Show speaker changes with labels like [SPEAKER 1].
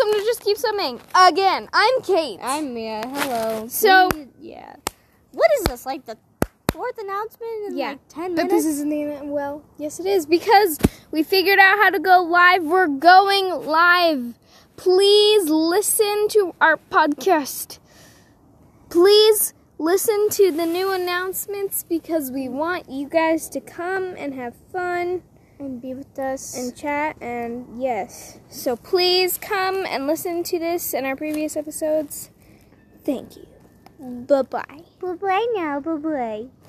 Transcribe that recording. [SPEAKER 1] I'm gonna just keep swimming. Again, I'm Kate.
[SPEAKER 2] I'm Mia. Hello.
[SPEAKER 1] So-
[SPEAKER 2] We- yeah. What is this? Like the fourth announcement in
[SPEAKER 1] Yeah.
[SPEAKER 2] like ten
[SPEAKER 1] But
[SPEAKER 2] minutes?
[SPEAKER 1] this isn't the well, yes it is because we figured out how to go live. We're going live. Please listen to our podcast. Please listen to the new announcements because we want you guys to come and have fun
[SPEAKER 2] and be with us.
[SPEAKER 1] and chat and yes. So please come and listen to this and our previous episodes. Thank you. Bye-bye.
[SPEAKER 2] bye bye now. Bye bye.